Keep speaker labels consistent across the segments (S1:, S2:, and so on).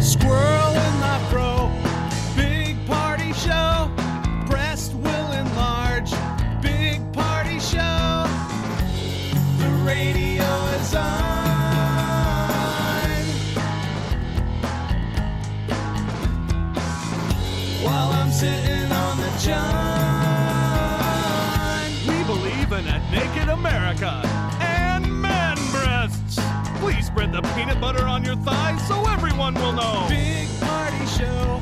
S1: Squirrel in my fro, big party show. Breast will enlarge, big party show. The radio is on. While I'm sitting on the john.
S2: We believe in a naked America and man breasts. Please spread the peanut butter on your thighs so everyone will know.
S1: Big party show.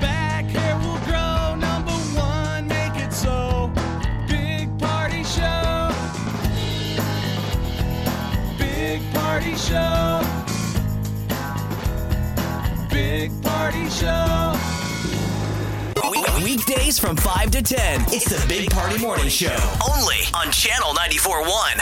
S1: Back hair will grow. Number one, make it so. Big party show. Big party show. Big party show.
S3: Weekdays from 5 to 10. It's the Big Party Morning Show. Only on Channel 94.1.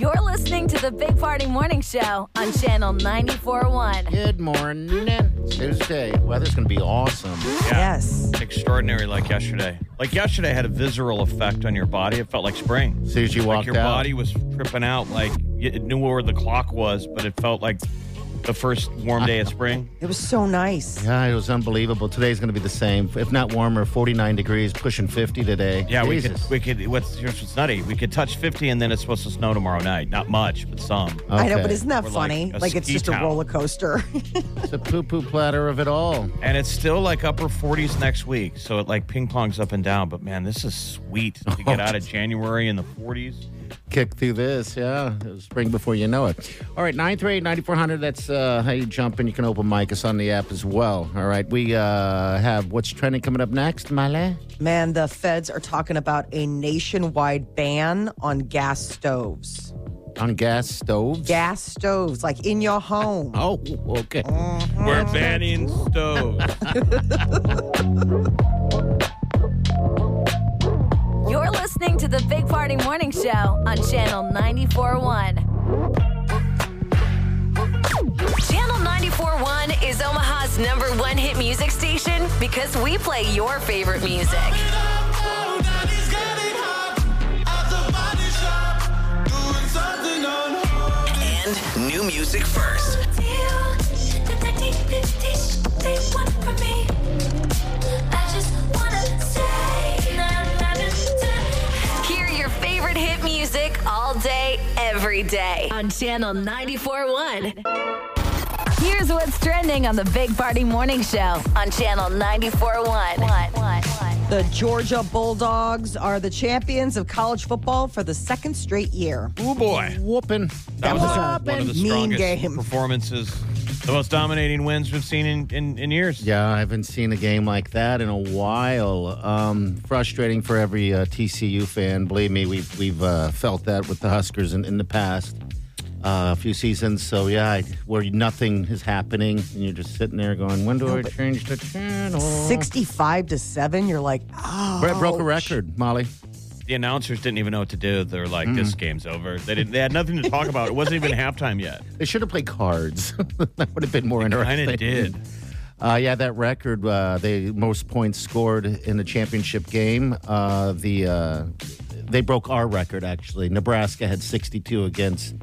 S4: You're listening to the Big Party Morning Show on Channel 94.1.
S5: Good morning. It's Tuesday. Weather's going to be awesome.
S6: Yes.
S7: extraordinary like yesterday. Like yesterday had a visceral effect on your body. It felt like spring.
S5: As soon as you
S7: Like
S5: walked
S7: your
S5: out.
S7: body was tripping out. Like it knew where the clock was, but it felt like the first warm day of spring.
S6: It was so nice.
S5: Yeah, it was unbelievable. Today's going to be the same, if not warmer. 49 degrees, pushing 50 today.
S7: Yeah,
S5: Jesus.
S7: we could. We could. What's here's what's nutty. We could touch 50, and then it's supposed to snow tomorrow night. Not much, but some.
S6: I know,
S5: Okay.
S6: but isn't that
S7: Or like
S6: funny?
S7: a
S6: Like, it's
S7: ski
S6: just a
S7: towel.
S6: roller coaster.
S5: It's a poo-poo platter of it all.
S7: And it's still like upper 40s next week, so it like ping pongs up and down. But man, this is sweet to get out of January in the 40s.
S5: Kick through this, yeah. It'll Spring before you know it. All right, 938-9400. That's uh, how you jump in. You can open mic us on the app as well. All right, we uh, have what's trending coming up next, Malay.
S6: Man, the feds are talking about a nationwide ban on gas stoves.
S5: On gas stoves.
S6: Gas stoves, like in your home.
S5: Oh, okay.
S6: Oh,
S7: We're banning stoves.
S4: You're listening to the Big Party Morning Show on Channel 94.1. Channel 94.1 is Omaha's number one hit music station because we play your favorite music.
S3: And new music first.
S4: Hear your favorite hit music all day, every day on Channel 94.1. Here's what's trending on the Big Party Morning Show on Channel 94.1.
S6: The Georgia Bulldogs are the champions of college football for the second straight year.
S7: oh boy.
S5: Whooping.
S7: That was
S6: What
S7: like one of the
S6: happened? Mean
S7: strongest
S6: game.
S7: performances, the most dominating wins we've seen in, in, in years.
S5: Yeah, I haven't seen a game like that in a while. Um, frustrating for every uh, TCU fan. Believe me, we've we've uh, felt that with the Huskers in, in the past uh, few seasons. So yeah, I, where nothing is happening, and you're just sitting there going, "When do I change the channel?"
S6: 65 to 7, you're like, oh.
S5: Brett Oh. broke a record, Molly.
S7: The announcers didn't even know what to do. They're like,
S5: Mm.
S7: "This game's over." They didn't, they had nothing to talk about. It wasn't even halftime yet.
S5: They should have played cards. that would have been more interesting.
S7: Kinda did.
S5: Uh, yeah, that record, uh, the most points scored in a championship game. Uh, the uh, they broke our record actually. Nebraska had 62 against,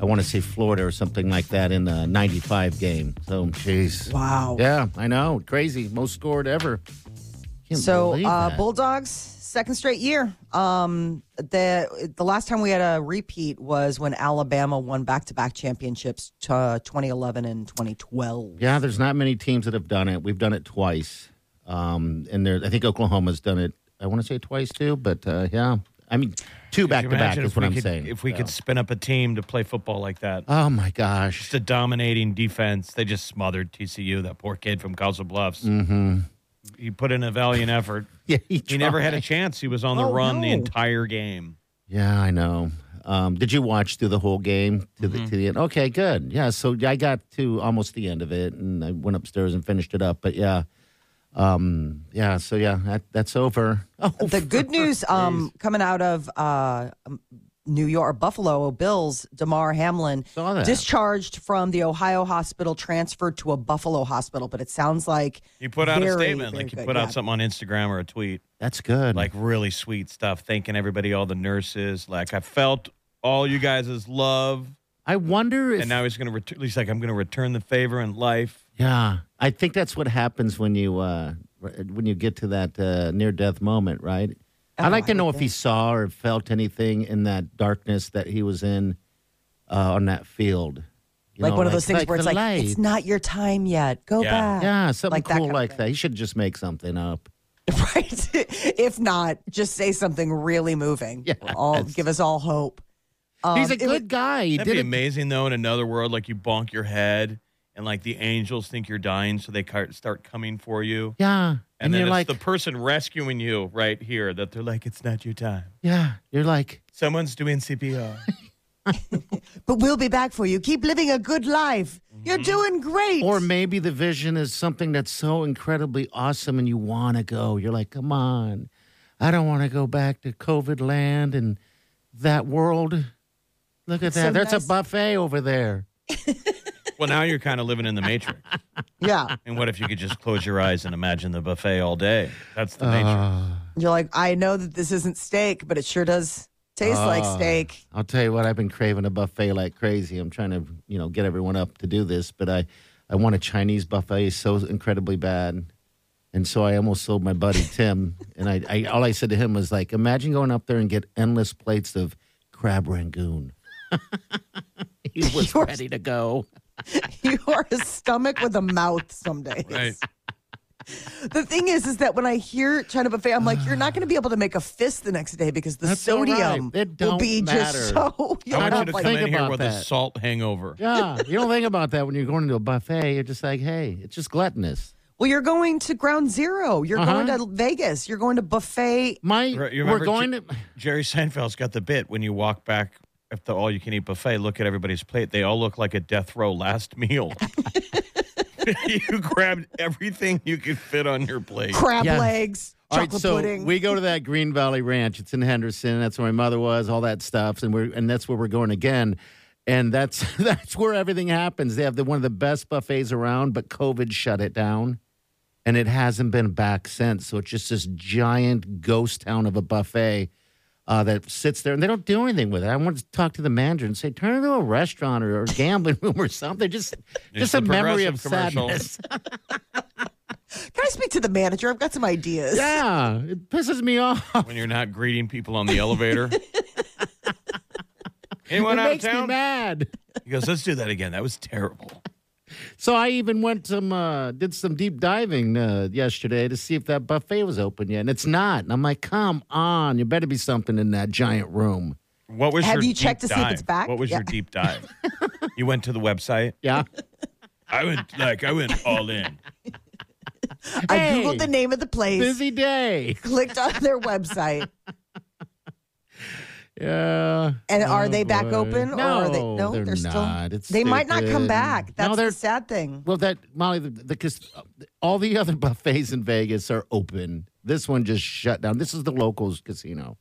S5: I want to say Florida or something like that in a 95 game. So, jeez.
S6: Wow.
S5: Yeah, I know, crazy, most scored ever. Can't
S6: So
S5: believe
S6: uh,
S5: that.
S6: Bulldogs, second straight year. Um, the the last time we had a repeat was when Alabama won back to back championships, t- uh, 2011 and 2012.
S5: yeah, there's not many teams that have done it. We've done it twice, um, and there, I think Oklahoma's done it. I want to say twice too, but uh, yeah, I mean, two back
S7: Could
S5: to
S7: you
S5: back
S7: imagine
S5: is
S7: if
S5: what
S7: we
S5: I'm
S7: could-
S5: saying.
S7: If we
S5: So-
S7: could spin up a team to play football like that,
S5: Oh my gosh.
S7: just a dominating defense. They just smothered TCU. That poor kid from Council Bluffs. He put in a valiant effort.
S5: Mm-hmm. Yeah, he,
S7: He never had a
S5: tried.
S7: chance. He was on the
S6: Oh,
S7: run the
S6: no.
S7: entire game.
S5: Yeah, I know. Um, did you watch through the whole game to
S7: Mm-hmm.
S5: the to the end? Okay, good. Yeah, so I got to almost the end of it, and I went upstairs and finished it up. But yeah, Um, yeah, so yeah, that, that's over. Oh,
S6: the good news um, coming out of uh, um, New York, Buffalo Bills, DeMar Hamlin
S5: Saw that.
S6: discharged from the Ohio hospital, transferred to a Buffalo hospital. But it sounds like
S7: He put out
S6: very,
S7: a statement,
S6: very
S7: like he
S6: good,
S7: put
S6: yeah.
S7: out something on Instagram or a tweet,
S5: that's good.
S7: like really sweet stuff, thanking everybody, all the nurses. Like I felt all you guys' love,
S5: I wonder if
S7: and now he's gonna return. He's like, I'm gonna return the favor in life.
S5: Yeah, I think that's what happens when you uh, r- when you get to that uh, near death moment, right?
S6: Oh,
S5: I'd like to know if he saw or felt anything in that darkness that he was in uh, on that field. You
S6: Like
S5: know,
S6: one of those things where
S5: the
S6: it's like,
S5: light.
S6: it's not your time yet. Go
S7: Yeah.
S6: back.
S5: yeah, something
S6: like that
S5: cool
S6: kind of
S5: like
S6: thing.
S5: that. He should just make something up.
S6: Right. if not, just say something really moving.
S5: Yes.
S6: All give us all hope.
S5: He's a
S6: Um, it
S5: good
S6: was-
S5: guy. He
S7: That'd
S5: did
S7: be
S5: it.
S7: amazing though. In another world, like you bonk your head, and like the angels think you're dying, so they ca- start coming for you.
S5: Yeah, and,
S7: And, then
S5: you're like,
S7: it's the person rescuing you right here that they're like, it's not your time.
S5: yeah, you're like,
S7: Someone's doing CPR.
S6: But we'll be back for you. Keep living a good life. You're doing great.
S5: Mm-hmm. or maybe the vision is something that's so incredibly awesome and you want to go. You're like, come on, I don't want to go back to COVID land and that world. Look at that.
S6: so
S5: There's
S6: nice.
S5: a buffet over there.
S7: well, now you're kind of living in the matrix.
S6: yeah.
S7: And what if you could just close your eyes and imagine the buffet all day? That's the matrix.
S5: Uh,
S6: You're like, I know that this isn't steak, but it sure does taste like
S5: Ah.
S6: steak.
S5: I'll tell you what, I've been craving a buffet like crazy. I'm trying to, you know, get everyone up to do this, but I, I want a Chinese buffet so incredibly bad. And so I almost sold my buddy Tim. and I, I, all I said to him was like, imagine going up there and get endless plates of crab rangoon. he was
S6: Yours-
S5: ready to go.
S6: you are a stomach with a mouth some days.
S7: Right.
S6: The thing is, is that when I hear China buffet, I'm like, you're not going to be able to make a fist the next day because the
S5: That's all right.
S6: sodium
S5: It
S6: will
S5: don't
S6: be
S5: matter.
S6: just so.
S7: I want you
S5: don't
S7: to
S5: like-
S7: come in
S5: think
S7: here
S5: about
S7: with a
S5: that.
S7: salt hangover.
S5: Yeah, you don't think about that when you're going to a buffet. You're just like, hey, it's just gluttonous.
S6: Well, you're going to Ground Zero. You're
S5: Uh-huh.
S6: going to Vegas. You're going to buffet.
S5: My,
S7: Right, you
S5: we're
S7: remember
S5: going
S7: Ju-
S5: to.
S7: Jerry Seinfeld's got the bit when you walk back at the all you can eat buffet, look at everybody's plate. They all look like a death row last meal. you grabbed everything you could fit on your plate.
S6: Crab
S5: Yeah.
S6: legs, chocolate
S5: so
S6: pudding.
S5: we go to that Green Valley Ranch. It's in Henderson. That's where my mother was. All that stuff, and we're and that's where we're going again. And that's that's where everything happens. They have the one of the best buffets around, but COVID shut it down, and it hasn't been back since. So it's just this giant ghost town of a buffet uh, that sits there, and they don't do anything with it. I want to talk to the manager and say, turn it into a restaurant or, or gambling room or something. Just just
S7: the
S5: a memory of
S7: Progressive commercial.
S5: sadness.
S6: Can I speak to the manager? I've got some ideas.
S5: yeah, it pisses me off.
S7: When you're not greeting people on the elevator. Anyone
S5: it
S7: out of
S5: makes me
S7: town?
S5: mad.
S7: He goes, let's do that again. That was terrible.
S5: So I even went some uh, did some deep diving uh, yesterday to see if that buffet was open yet, and it's not. And I'm like, come on, you better be something in that giant room.
S7: What was
S6: Have
S7: your
S6: you
S7: deep
S6: checked to see if
S7: dive?
S6: it's back?
S7: What was
S6: Yeah.
S7: your deep dive? you went to the website.
S5: Yeah,
S7: I went like I went all in.
S6: I
S5: Hey.
S6: Googled the name of the place,
S5: busy day.
S6: clicked on their website.
S5: Yeah.
S6: And are
S5: Oh,
S6: they back
S5: boy. No,
S6: open? or are they, no,
S5: they're,
S6: they're, still.
S5: not. It's
S6: they might not come
S5: stupid.
S6: back. That's
S5: no,
S6: the
S5: they're
S6: sad thing.
S5: well. That Molly, the, the, 'cause all the other buffets in Vegas are open. This one just shut down. This is the locals casino,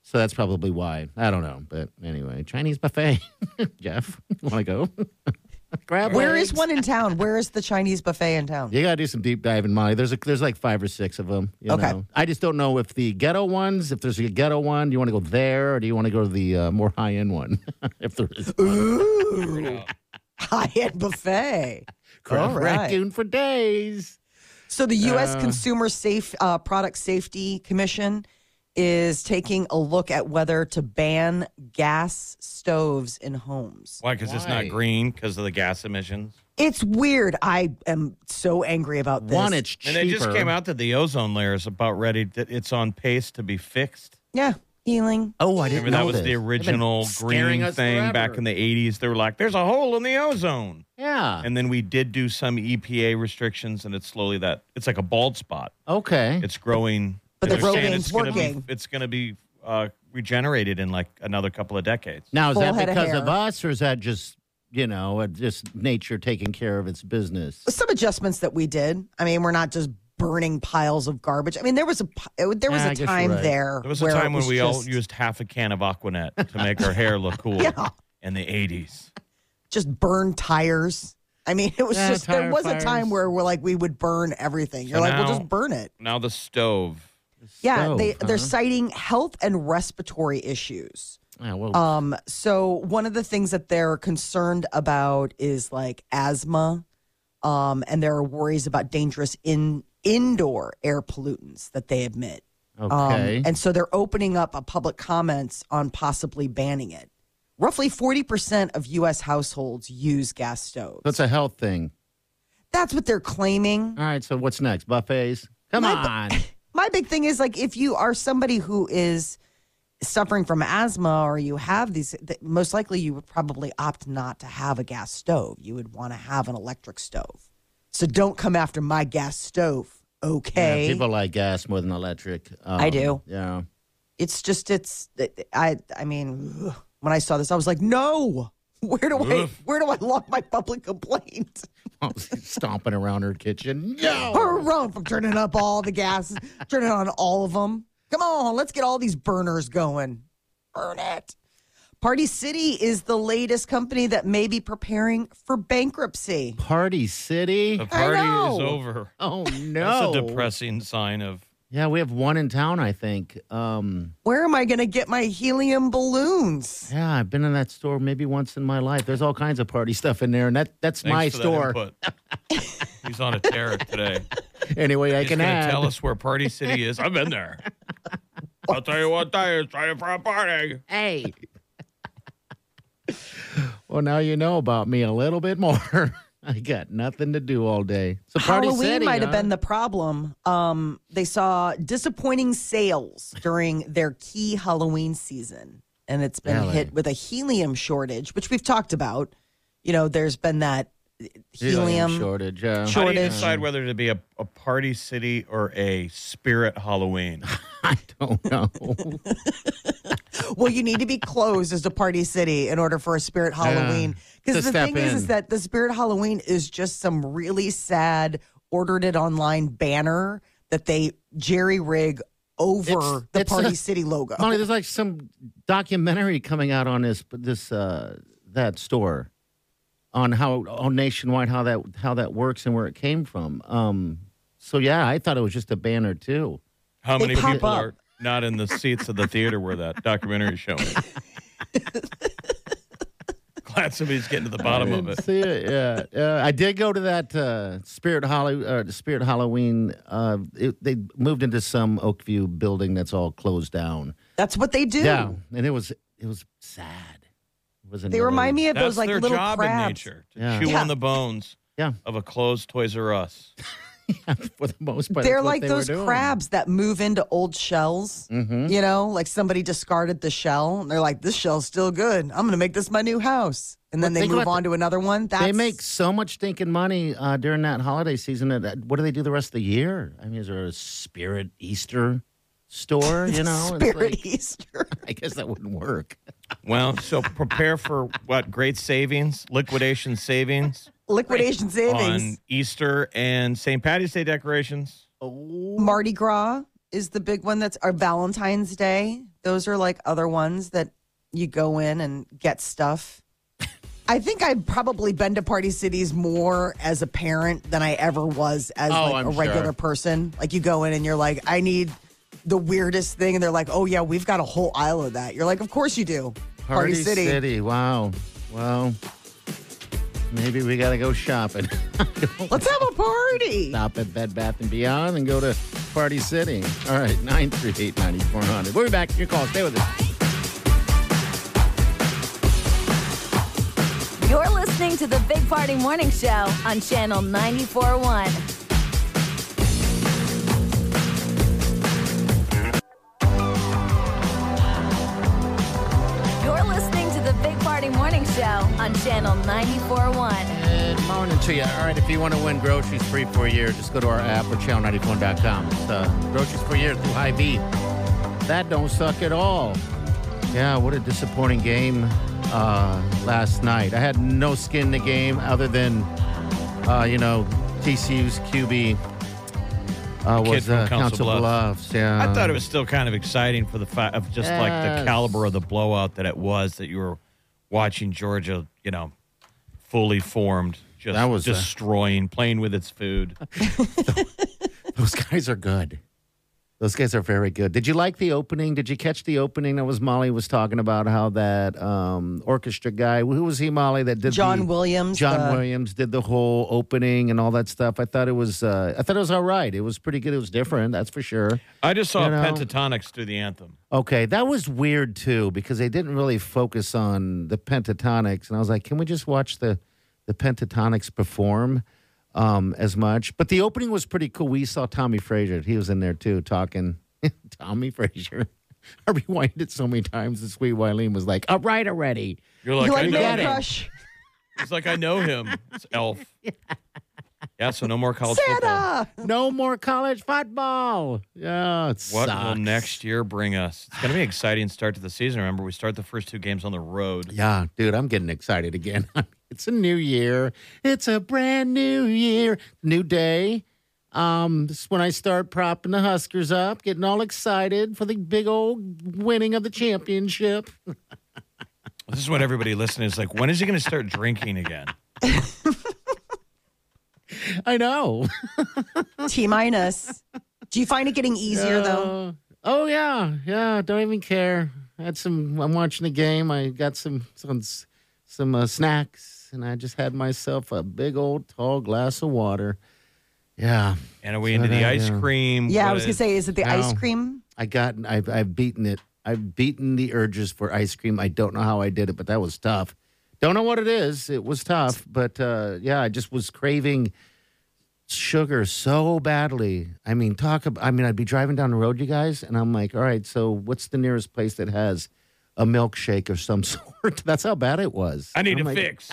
S5: so that's probably why. I don't know, but anyway, Chinese buffet. Jeff, want to go? Grab
S6: Where
S5: legs.
S6: is one in town? Where is the Chinese buffet in town?
S5: You gotta do some deep diving, Molly. There's a, there's like five or six of them. You
S6: Okay.
S5: know? I just don't know if the ghetto ones, if there's a ghetto one, do you want to go there or do you want to go to the uh, more high end one? if there is
S6: Ooh. High end buffet.
S5: crab
S6: All right.
S5: raccoon for days.
S6: So the U.S. Consumer Safe uh, Product Safety Commission is taking a look at whether to ban gas stoves in homes.
S7: Why? Because it's not
S5: Why?
S7: green because of the gas emissions.
S6: It's weird. I am so angry about this.
S5: One, it's
S7: And
S5: cheaper.
S7: it just came out that the ozone layer is about ready. To, it's on pace to be fixed.
S6: yeah, healing.
S5: Oh, I didn't
S7: Remember
S5: know
S7: that was
S5: this.
S7: the
S5: They've been
S7: original
S5: scaring
S7: green
S5: us
S7: thing back
S5: forever.
S7: in the '80s. They were like, "There's a hole in the ozone,"
S5: Yeah.
S7: and then we did do some EPA restrictions, and it's slowly that it's like a bald spot.
S5: Okay.
S7: It's growing.
S6: But the
S7: They're saying
S6: rogaine
S7: it's gonna be-
S6: working.
S7: It's going to be uh, regenerated in like another couple of decades.
S5: now is
S6: full
S5: that
S6: head of
S5: because of,
S6: hair.
S5: us or is that just you know uh, just nature taking care of its business?
S6: Some adjustments that we did. I mean, we're not just burning piles of garbage. I mean, there was a pi- it- there was
S5: Yeah, I
S6: a
S5: guess you're
S6: time
S5: right.
S6: there.
S7: There was a
S6: where it
S7: time when
S6: was
S7: we all
S6: just-
S7: used half a can of Aquanet to make our hair look cool
S6: Yeah.
S7: in the 80s.
S6: just burn tires. I mean, it was
S5: Yeah,
S6: just there
S5: tire
S6: was
S5: fires.
S6: a time where we're like we would burn everything. You're
S7: So
S6: like, we'll
S7: now-
S6: just burn it.
S7: Now the stove.
S6: Yeah,
S5: Stove,
S6: they
S5: huh?
S6: they're citing health and respiratory issues.
S5: Yeah, well,
S6: Um, so one of the things that they're concerned about is like asthma, um, and there are worries about dangerous in indoor air pollutants that they admit. Um,
S5: okay.
S6: and so they're opening up a public comments on possibly banning it. Roughly 40% of U.S. households use gas stoves.
S5: That's a health thing.
S6: That's what they're claiming.
S5: All right, so what's next? Buffets? Come
S6: My bu-
S5: on.
S6: My big thing is like if you are somebody who is suffering from asthma or you have these, th- most likely you would probably opt not to have a gas stove. You would want to have an electric stove. So don't come after my gas stove.
S5: Yeah,
S6: Okay.
S5: people like gas more than electric. Um,
S6: I do.
S5: Yeah.
S6: it's just it's I I mean ugh. when I saw this I was like no where do I where do I log my public complaint
S5: Stomping around her kitchen. No.
S6: or run from turning up all the gases turning on all of them come on let's get all these burners going burn it Party City is the latest company that may be preparing for bankruptcy
S5: Party City.
S7: The party is
S6: know.
S7: over.
S5: Oh no.
S7: That's a depressing sign of
S5: Yeah, we have one in town, I think. Um,
S6: where am I going to get my helium balloons
S5: yeah, I've been in that store maybe once in my life. There's all kinds of party stuff in there, and that that's
S7: thanks
S5: my
S7: for that
S5: store.
S7: input. He's on a tear today.
S5: anyway, I
S7: He's
S5: can
S7: gonna
S5: add.
S7: tell us where Party City is. I've been there. I'll tell you what day it's time for a party.
S5: Hey. well, now you know about me a little bit more. I got nothing to do all day. So party
S6: Halloween
S5: City,
S6: might have
S5: huh?
S6: been the problem. Um, they saw disappointing sales during their key Halloween season, and it's been
S5: Really?
S6: hit with a helium shortage, which we've talked about. You know, there's been that helium.
S5: shortage. uh, Yeah.
S7: How do you
S6: Shortage.
S7: decide whether to be a, a Party City or a Spirit Halloween?
S5: I don't know.
S6: Well, you need to be closed as a party city in order for a Spirit Halloween.
S5: to
S6: Because the
S5: step
S6: thing is,
S5: in.
S6: is that the Spirit Halloween is just some really sad ordered it online banner that they jerry rig over
S5: It's-
S6: the
S5: it's
S6: party
S5: a-
S6: city logo.
S5: Molly, there's like some documentary coming out on this this uh, that store on how on nationwide how that how that works and where it came from. Um, so yeah, I thought it was just a banner too.
S7: How
S6: They
S7: many
S6: pop
S7: people
S6: up.
S7: are not in the seats of the theater where that documentary is showing? Glad somebody's getting to the bottom of it.
S5: See it? Yeah, uh, I did go to that uh, Spirit Holly uh, Spirit Halloween. Uh, it, they moved into some Oakview building that's all closed down.
S6: That's what they do.
S5: Yeah, and it was it was sad. It was
S6: They remind me of
S7: That's
S6: those like
S7: their
S6: little
S7: job
S6: crabs.
S7: in nature to
S5: Yeah.
S7: chew
S6: Yeah.
S7: on the bones
S5: Yeah.
S7: of a closed Toys R Us.
S5: for the most part.
S6: They're
S5: that's what
S6: like
S5: they were
S6: those
S5: doing. Mm-hmm.
S6: crabs that move into old shells. You know, like somebody discarded the shell and they're like, "This shell's still good. I'm going to make this my new house." And then
S5: Well,
S6: they
S5: think
S6: move
S5: about
S6: on to another one. That's,
S5: They make so much stinking money uh, during that holiday season. That, that- what do they do the rest of the year? I mean, is there a Spirit Easter store? You know, It's
S6: Spirit
S5: like-
S6: Easter.
S5: I guess that wouldn't work.
S7: Well, so prepare for what? Great savings, liquidation savings
S6: Liquidation
S7: on
S6: savings.
S7: Easter and St. Patty's Day decorations.
S6: Mardi Gras is the big one that's our Valentine's Day. Those are like other ones that you go in and get stuff. I think I've probably been to party cities more as a parent than I ever was as
S5: Oh,
S6: like
S5: I'm
S6: a regular
S5: sure.
S6: person. Like you go in and you're like, I need the weirdest thing, and they're like, Oh yeah, we've got a whole aisle of that. You're like, Of course you do. Party, City.
S5: Wow. Wow. Maybe we got to go shopping.
S6: Let's have a party.
S5: Stop at Bed Bath and Beyond and go to Party City. All right, 938 9400. We'll be back. Your call. Stay with us.
S4: You're listening to the Big Party Morning Show on Channel 941. You're listening to the Big Party Morning Show on Channel 941.
S5: Good morning to you. All right, if you want to win groceries free for a year, just go to our app or channel94.com. It's uh, groceries for a year through Hy-Vee. That don't suck at all. Yeah, what a disappointing game uh, last night. I had no skin in the game other than, uh, you know, TCU's QB uh,
S7: kid
S5: was
S7: from
S5: uh,
S7: Council
S5: Council
S7: Bluffs.
S5: Bluffs. Yeah,
S7: I thought it was still kind of exciting for the fact of just like the
S5: Yes.
S7: caliber of the blowout that it was that you were watching Georgia, you know, fully formed, just
S5: That was, uh,
S7: destroying, playing with its food.
S5: Those guys are good. Those guys are very good. Did you like the opening? Did you catch the opening? That was Molly was talking about how that um, orchestra guy. Who was he, Molly? That did
S6: John
S5: the-
S6: Williams, uh,
S5: John
S6: the-
S5: Williams did the whole opening and all that stuff. I thought it was. Uh, I thought it was all right. It was pretty good. It was different. That's for sure.
S7: I just saw
S5: You know?
S7: pentatonics do the anthem.
S5: Okay, that was weird too because they didn't really focus on the pentatonics, and I was like, can we just watch the the pentatonics perform um, as much? But the opening was pretty cool. We saw Tommy Frazier; he was in there too, talking. Tommy Frazier. I rewound it so many times. The sweet Wileen was like, "All right, already."
S7: You're like,
S6: you
S7: I
S6: like
S7: know
S6: Man
S7: him.
S6: Crush?
S7: It's like I know him. It's Elf. Yeah. so no more college football.
S6: Santa!
S5: No more college football. Yeah, it
S7: What will
S5: sucks.
S7: next year bring us? It's going to be an exciting start to the season. Remember, we start the first two games on the road.
S5: Yeah, dude, I'm getting excited again. it's a new year. It's a brand new year, new day. Um, this is when I start propping the Huskers up, getting all excited for the big old winning of the championship.
S7: This is what everybody listening is like. When is he going to start drinking again?
S5: I know.
S6: T minus. Do you find it getting easier though?
S5: Uh, oh yeah, yeah. Don't even care. I had some. I'm watching the game. I got some some some uh, snacks, and I just had myself a big old tall glass of water. Yeah,
S7: And are we into the
S5: that,
S7: ice
S5: yeah.
S7: cream?
S6: Yeah, I
S7: What
S6: was gonna
S7: is-
S6: say, is it the ice
S5: No.
S6: cream?
S5: I got I've I've beaten it. I've beaten the urges for ice cream. I don't know how I did it, but that was tough. Don't know what it is. It was tough, but uh, yeah, I just was craving sugar so badly. I mean, talk. About, I mean, I'd be driving down the road, you guys, and I'm like, all right, so what's the nearest place that has a milkshake or some sort? That's how bad it was.
S7: I need
S5: I'm
S7: a
S5: like,
S7: fix.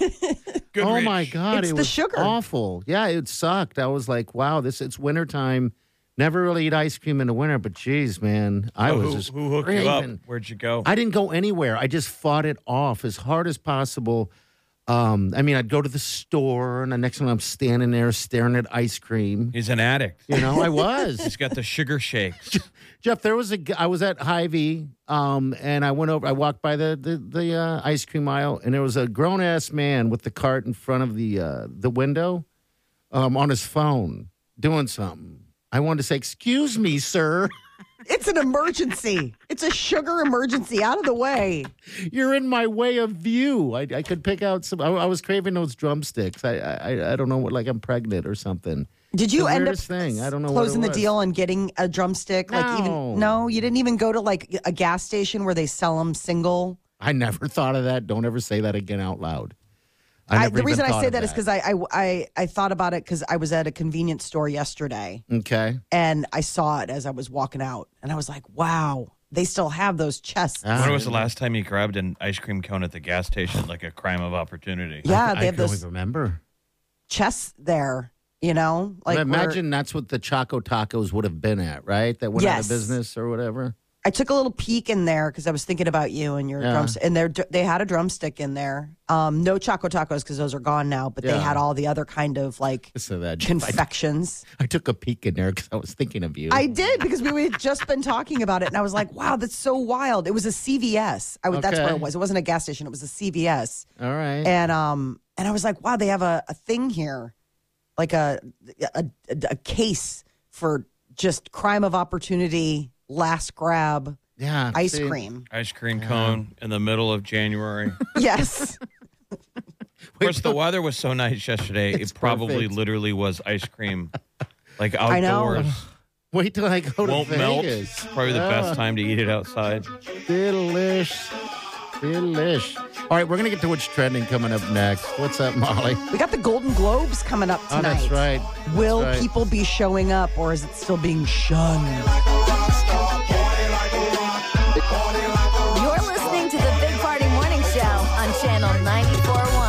S5: Oh
S7: Goodrich.
S5: my god,
S6: It's
S5: it
S6: the
S5: was
S6: sugar.
S5: awful. Yeah, it sucked. I was like, wow, this it's wintertime. Never really eat ice cream in the winter, but geez, man, I
S7: Who,
S5: was just
S7: who hooked you up?
S5: craving-
S7: Where'd you go?
S5: I didn't go anywhere. I just fought it off as hard as possible. Um, I mean, I'd go to the store, and the next time I'm standing there staring at ice cream.
S7: He's an addict.
S5: You know, I was.
S7: He's got the sugar shakes.
S5: Jeff, there was a. g- I was at Hy-Vee, um, and I went over. I walked by the the, the uh, ice cream aisle, and there was a grown ass man with the cart in front of the uh, the window, um, on his phone doing something. I wanted to say, "Excuse me, sir,
S6: It's an emergency. it's a sugar emergency. Out of the way.
S5: you're in my way of view." I, I could pick out some. I, I was craving those drumsticks. I, I I don't know what, like I'm pregnant or something.
S6: Did you
S5: The
S6: end up
S5: weirdest thing. I don't know what it
S6: closing the
S5: was.
S6: deal on getting a drumstick? Like
S5: No.
S6: even no, you didn't even go to like a gas station where they sell them single.
S5: I never thought of that. Don't ever say that again out loud.
S6: I,
S5: never
S6: the
S5: even
S6: reason I
S5: thought
S6: say
S5: of
S6: that is because I, I I I thought about it because I was at a convenience store yesterday
S5: okay,
S6: and I saw it as I was walking out and I was like, wow, they still have those chests.
S5: Ah.
S7: when was the last time you grabbed an ice cream cone at the gas station like a crime of opportunity?
S6: yeah,
S5: I
S6: they have
S5: don't
S6: those
S5: even remember.
S6: chests there. You know, like
S5: But
S6: where-
S5: imagine that's what the Choco Tacos would have been at, right? That went out
S6: Yes.
S5: of business or whatever.
S6: I took a little peek in there because I was thinking about you and your
S5: Yeah.
S6: drumstick. And there, they had a drumstick in there. Um, no choco tacos because those are gone now, but they
S5: Yeah.
S6: had all the other kind of like
S5: So that I,
S6: confections.
S5: I took a peek in there because I was thinking of you.
S6: I did because we had just been talking about it, and I was like, "Wow, that's so wild!" It was a CVS. I was, That's where it
S5: Okay.
S6: was. It wasn't a gas station. It was a CVS,
S5: All right.
S6: and um, and I was like, "Wow, they have a, a thing here, like a, a a a case for just crime of opportunity, last grab,
S5: yeah.
S6: ice
S5: see,
S6: cream."
S7: Ice cream cone in the middle of January.
S6: Yes.
S7: Of course, the weather was so nice yesterday.
S5: It's
S7: It probably
S5: perfect.
S7: literally was ice cream, like
S6: know.
S7: outdoors.
S5: Wait till I go
S7: Won't
S5: to
S7: melt.
S5: Vegas. Oh,
S7: Probably the best time to eat it outside.
S5: Delish. Delish. All right, we're going to get to what's trending coming up next. What's up, Molly?
S6: We got the Golden Globes coming up
S5: Oh,
S6: tonight.
S5: that's right. That's
S6: Will
S5: right.
S6: people be showing up or is it still being shunned?
S4: You're listening to the Big Party Morning Show on Channel 94.1.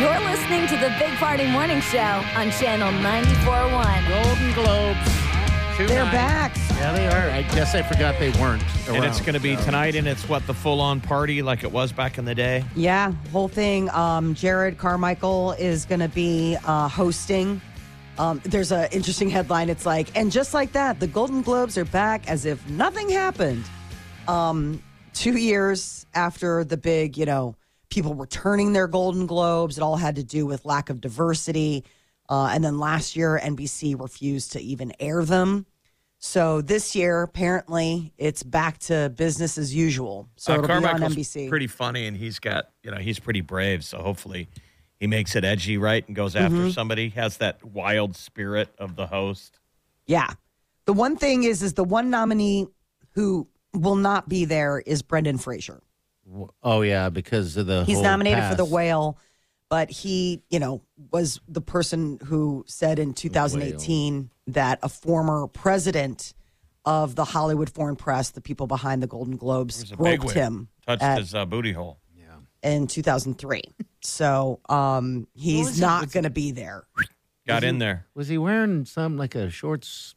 S4: You're listening to the Big Party Morning Show on Channel 94.1.
S5: Golden Globes.
S6: They're back.
S5: Yeah, they are. I guess I forgot they weren't. Around.
S7: And it's going to be tonight, and it's what the full-on party like it was back in the day.
S6: Yeah, whole thing. Um, Jared Carmichael is going to be uh, hosting. Um, there's an interesting headline. It's like, and just like that, the Golden Globes are back as if nothing happened. Um, two years after the big, you know, people returning their Golden Globes, it all had to do with lack of diversity. Uh, and then last year, NBC refused to even air them. So this year, apparently, it's back to business as usual. So it'll be on
S7: Uh, Carmichael's
S6: NBC.
S7: pretty funny, and he's got you know he's pretty brave. So hopefully, he makes it edgy, right, and goes after
S6: Mm-hmm.
S7: somebody. Has that wild spirit of the host.
S6: Yeah. The one thing is, is the one nominee who will not be there is Brendan Fraser.
S5: Oh yeah, because of the
S6: He's
S5: whole
S6: nominated for
S5: past.
S6: the whale, but he, you know, was the person who said in 2018 that a former president of the Hollywood Foreign Press, the people behind the Golden Globes,
S7: He's a
S6: roped
S7: bigwig.
S6: him
S7: touched
S6: at-
S7: his uh, booty hole.
S6: in 2003. So um, he's not going to be there.
S7: Got in there.
S5: Was he wearing some like a shorts?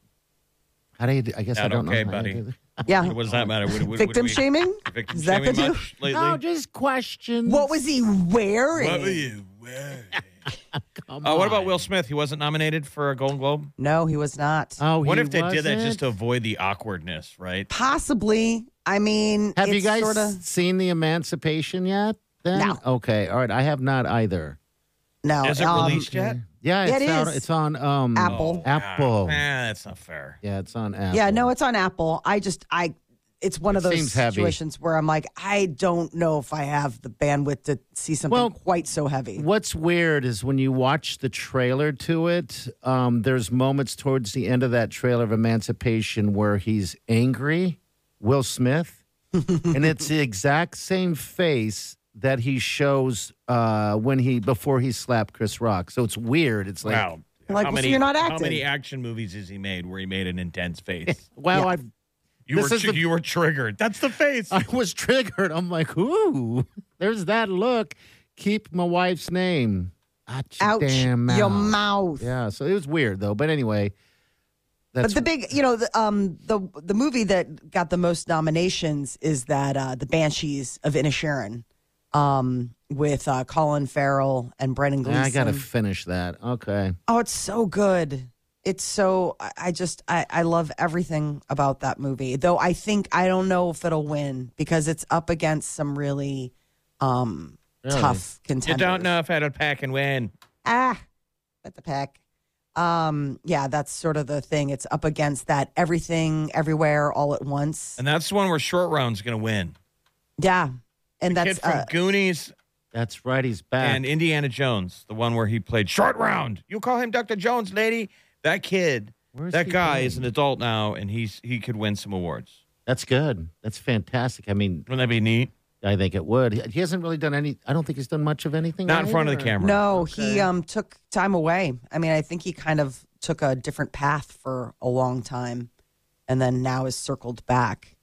S5: How do you? I guess I
S7: Not
S5: don't
S7: okay,
S5: know. how
S7: buddy.
S5: you do
S6: Yeah.
S7: What does that matter? Would, would- would
S6: Uh, Victim
S7: we-
S6: shaming?
S7: Victim
S6: Is that the
S7: shaming
S6: deal?
S7: much
S5: that.
S7: lately?
S5: No, just questions.
S6: What was he wearing?
S7: What were you wearing? Uh, what about Will Smith? He wasn't nominated for a Golden Globe.
S6: No, he was not.
S5: Oh,
S7: What
S5: he
S7: if they did that just
S5: wasn't?
S7: to avoid the awkwardness, right?
S6: Possibly. I mean,
S5: Have
S6: it's
S5: you guys
S6: sorta,
S5: seen the Emancipation yet? Then?
S6: No.
S5: Okay. All right. I have not either.
S6: no.
S7: Is it
S6: um,
S7: released yet?
S5: Yeah,
S6: Yeah,
S5: it's
S6: it
S5: out.
S6: is.
S5: It's on um,
S6: Apple.
S7: Ah,
S5: Apple.
S7: Eh, that's not fair.
S5: Yeah, it's on Apple.
S6: Yeah, no, it's on Apple. I just, I, it's one of
S5: It
S6: those
S5: seems heavy.
S6: situations where I'm like, I don't know if I have the bandwidth to see something
S5: Well,
S6: quite so heavy.
S5: What's weird is when you watch the trailer to it, um, there's moments towards the end of that trailer of Emancipation where he's angry, Will Smith, and it's the exact same face that he shows uh, when he before he slapped Chris Rock. So it's weird. It's like,
S7: Wow.
S6: Like,
S7: how
S6: well, so
S7: many,
S6: you're not
S7: How
S6: acting.
S7: many action movies has he made where he made an intense face?
S5: wow,
S6: Yeah.
S5: I've
S7: You
S5: This
S7: were
S5: is
S7: tr-
S5: the-
S7: you were triggered. That's the face.
S5: I was triggered. I'm like, ooh, there's that look. Keep my wife's name. Ouch,
S6: Ouch,
S5: damn mouth.
S6: your mouth.
S5: Yeah, so it was weird though. But anyway, that's
S6: But the big, you know, the, um, the the movie that got the most nominations is that uh, the Banshees of Inisherin, um, with uh, Colin Farrell and Brendan Gleeson.
S5: I gotta finish that. Okay.
S6: Oh, it's so good. It's so I, I just I, I love everything about that movie. Though I think I don't know if it'll win because it's up against some really um tough
S7: you
S6: contenders.
S7: don't know if I had a pack and win.
S6: Ah, what the heck? Um, yeah, that's sort of the thing. It's up against that everything, everywhere, all at once.
S7: And that's the one where Short Round's going to win.
S6: yeah, and
S7: Kid
S6: that's
S7: from
S6: uh,
S7: Goonies
S5: That's right. He's back.
S7: and Indiana Jones, the one where he played Short Round. You call him Dr. Jones, lady. That kid,
S5: Where's
S7: that
S5: he
S7: guy
S5: been?
S7: is an adult now, and he's he could win some awards.
S5: That's good. That's fantastic. I mean,
S7: Wouldn't that be neat?
S5: I think it would. He he hasn't really done any. I don't think he's done much of anything.
S7: Not in front of the
S5: either.
S7: camera.
S6: no, he um took time away. I mean, I think he kind of took a different path for a long time, and then now is circled back.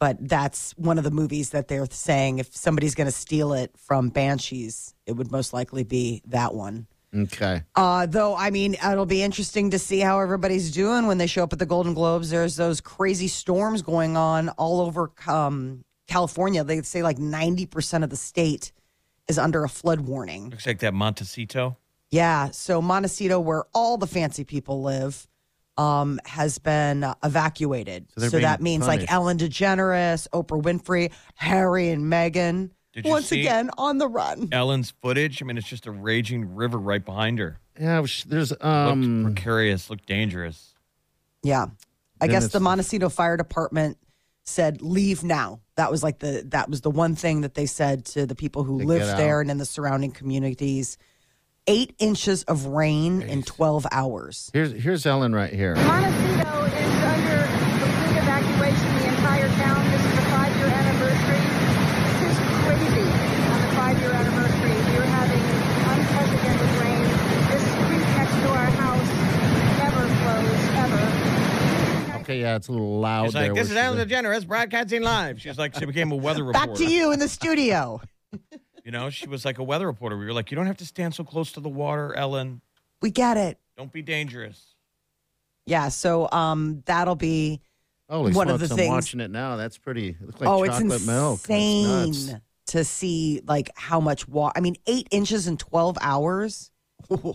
S6: But that's one of the movies that they're saying if somebody's going to steal it from Banshees, it would most likely be that one.
S5: Okay.
S6: Uh, though, I mean, it'll be interesting to see how everybody's doing when they show up at the Golden Globes. There's those crazy storms going on all over um, California. They say like 90% of the state is under a flood warning.
S7: Looks like that Montecito.
S6: Yeah. So, Montecito, where all the fancy people live, um, has been uh, evacuated.
S5: So they're being
S6: that means like
S5: punished.
S6: Ellen DeGeneres, Oprah Winfrey, Harry, and Meghan
S7: Did you
S6: once
S7: see-
S6: again on the run.
S7: Ellen's footage. I mean, it's just a raging river right behind her.
S5: Yeah. sh- There's
S7: Looked
S5: um.
S7: precarious, looked dangerous.
S6: Yeah. I
S5: Then
S6: guess
S5: it's-
S6: the Montecito Fire Department said leave now. That was like the that was the one thing that they said to the people who
S5: To
S6: lived
S5: get
S6: there and in the surrounding communities. 8 inches of rain in 12 hours.
S5: Here's here's Ellen right here.
S8: Montecito is under complete evacuation, the entire town. This is the five-year anniversary. This is crazy on the five-year anniversary. We are having unprecedented rain. This street next to our house never flows, ever.
S5: Okay. Yeah, it's a little loud.
S7: She's
S5: there
S7: like,
S5: where
S7: this is
S5: she's
S7: Ellen
S5: at."
S7: DeGeneres broadcasting live. She's like, she became a weather reporter.
S6: Back to you in the studio.
S7: You know, she was like a weather reporter. We were like, you don't have to stand so close to the water, Ellen.
S6: We get it.
S7: Don't be dangerous.
S6: Yeah, so um that'll be
S5: Holy
S6: one
S5: smokes,
S6: of the
S5: I'm
S6: things.
S5: watching it now. That's pretty. It looks like
S6: oh, it's
S5: chocolate milk. That's
S6: insane
S5: nuts.
S6: to see like how much water. I mean, eight inches in twelve hours. I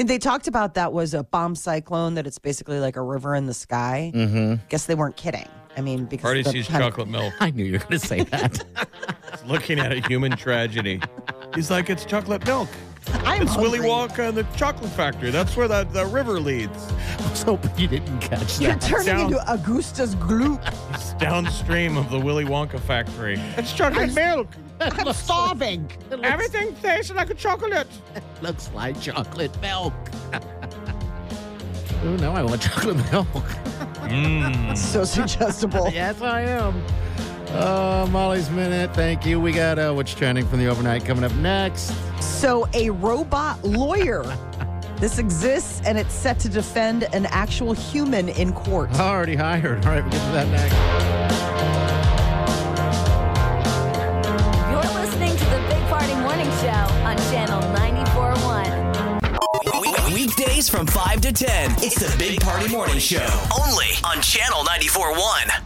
S6: mean, they talked about that was a bomb cyclone. That it's basically like a river in the sky. Mm-hmm. Guess they weren't kidding. I mean, because
S7: Party
S6: of the
S7: sees
S6: kind of-
S7: chocolate milk.
S5: I knew you were going to say that.
S7: It's looking at a human tragedy. He's like, it's chocolate milk.
S6: I'm
S7: It's Willy
S6: hungry.
S7: Wonka and the chocolate factory. That's where that, that river leads.
S5: I was hoping you didn't catch
S6: You're
S5: that.
S6: turning
S7: sound-
S6: into Augustus Gloop.
S7: It's downstream of the Willy Wonka factory. It's chocolate milk.
S6: I'm starving.
S7: Everything tastes like a chocolate.
S5: looks like chocolate milk. Ooh, now I want chocolate milk.
S6: So suggestible.
S5: yes, I am. Uh, Molly's Minute. Thank you. We got uh, what's trending from the overnight coming up next.
S6: So, a robot lawyer. This exists and it's set to defend an actual human in court.
S5: Already hired. All right, we'll get to that next.
S4: You're listening to the Big Party Morning Show on Channel 941.
S3: Week- Weekdays from 5 to 10. It's the Big Party Morning Show. Only on Channel 94.1.